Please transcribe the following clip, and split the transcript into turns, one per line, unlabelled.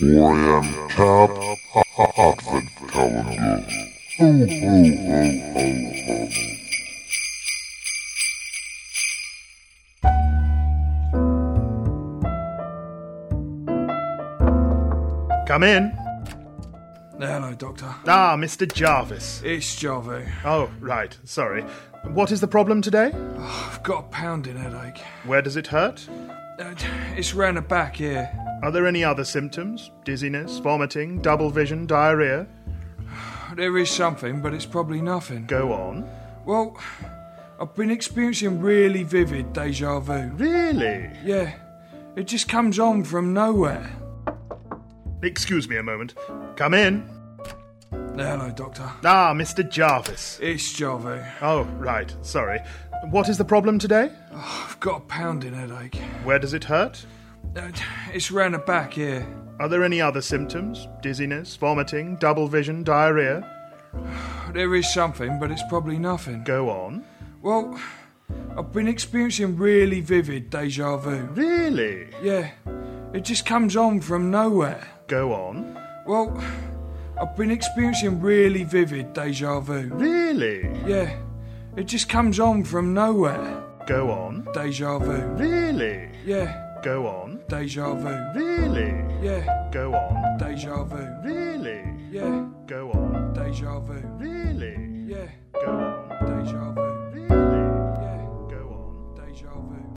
4 a.m. Top Advent Calendar. Ho, ho, ho, ho, ho.
Come in.
Hello, Doctor.
Ah, Mr. Jarvis.
It's Jarvo.
Oh, right. Sorry. What is the problem today?
I've got a pounding headache.
Where does it hurt?
Uh, It's round the back here.
Are there any other symptoms? Dizziness, vomiting, double vision, diarrhea?
There is something, but it's probably nothing.
Go on.
Well, I've been experiencing really vivid deja vu.
Really?
Yeah, it just comes on from nowhere.
Excuse me a moment. Come in.
Hello, Doctor.
Ah, Mr. Jarvis.
It's Jarvo.
Oh, right. Sorry. What is the problem today?
I've got a pounding headache.
Where does it hurt?
Uh, It's round the back here.
Are there any other symptoms? Dizziness, vomiting, double vision, diarrhea?
There is something, but it's probably nothing.
Go on.
Well, I've been experiencing really vivid deja vu.
Really?
Yeah, it just comes on from nowhere.
Go on.
Well, I've been experiencing really vivid deja vu.
Really?
Yeah, it just comes on from nowhere.
Go on.
Deja vu.
Really?
Yeah,
Go on.
deja vu.
Really?
Yeah,
Go on.
deja vu.
Really?
Yeah,
Go on.
deja vu.
Really?
Yeah,
Go on.
deja vu.